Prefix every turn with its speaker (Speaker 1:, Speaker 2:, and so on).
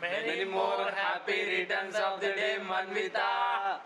Speaker 1: Many more happy returns of the day, Manvita.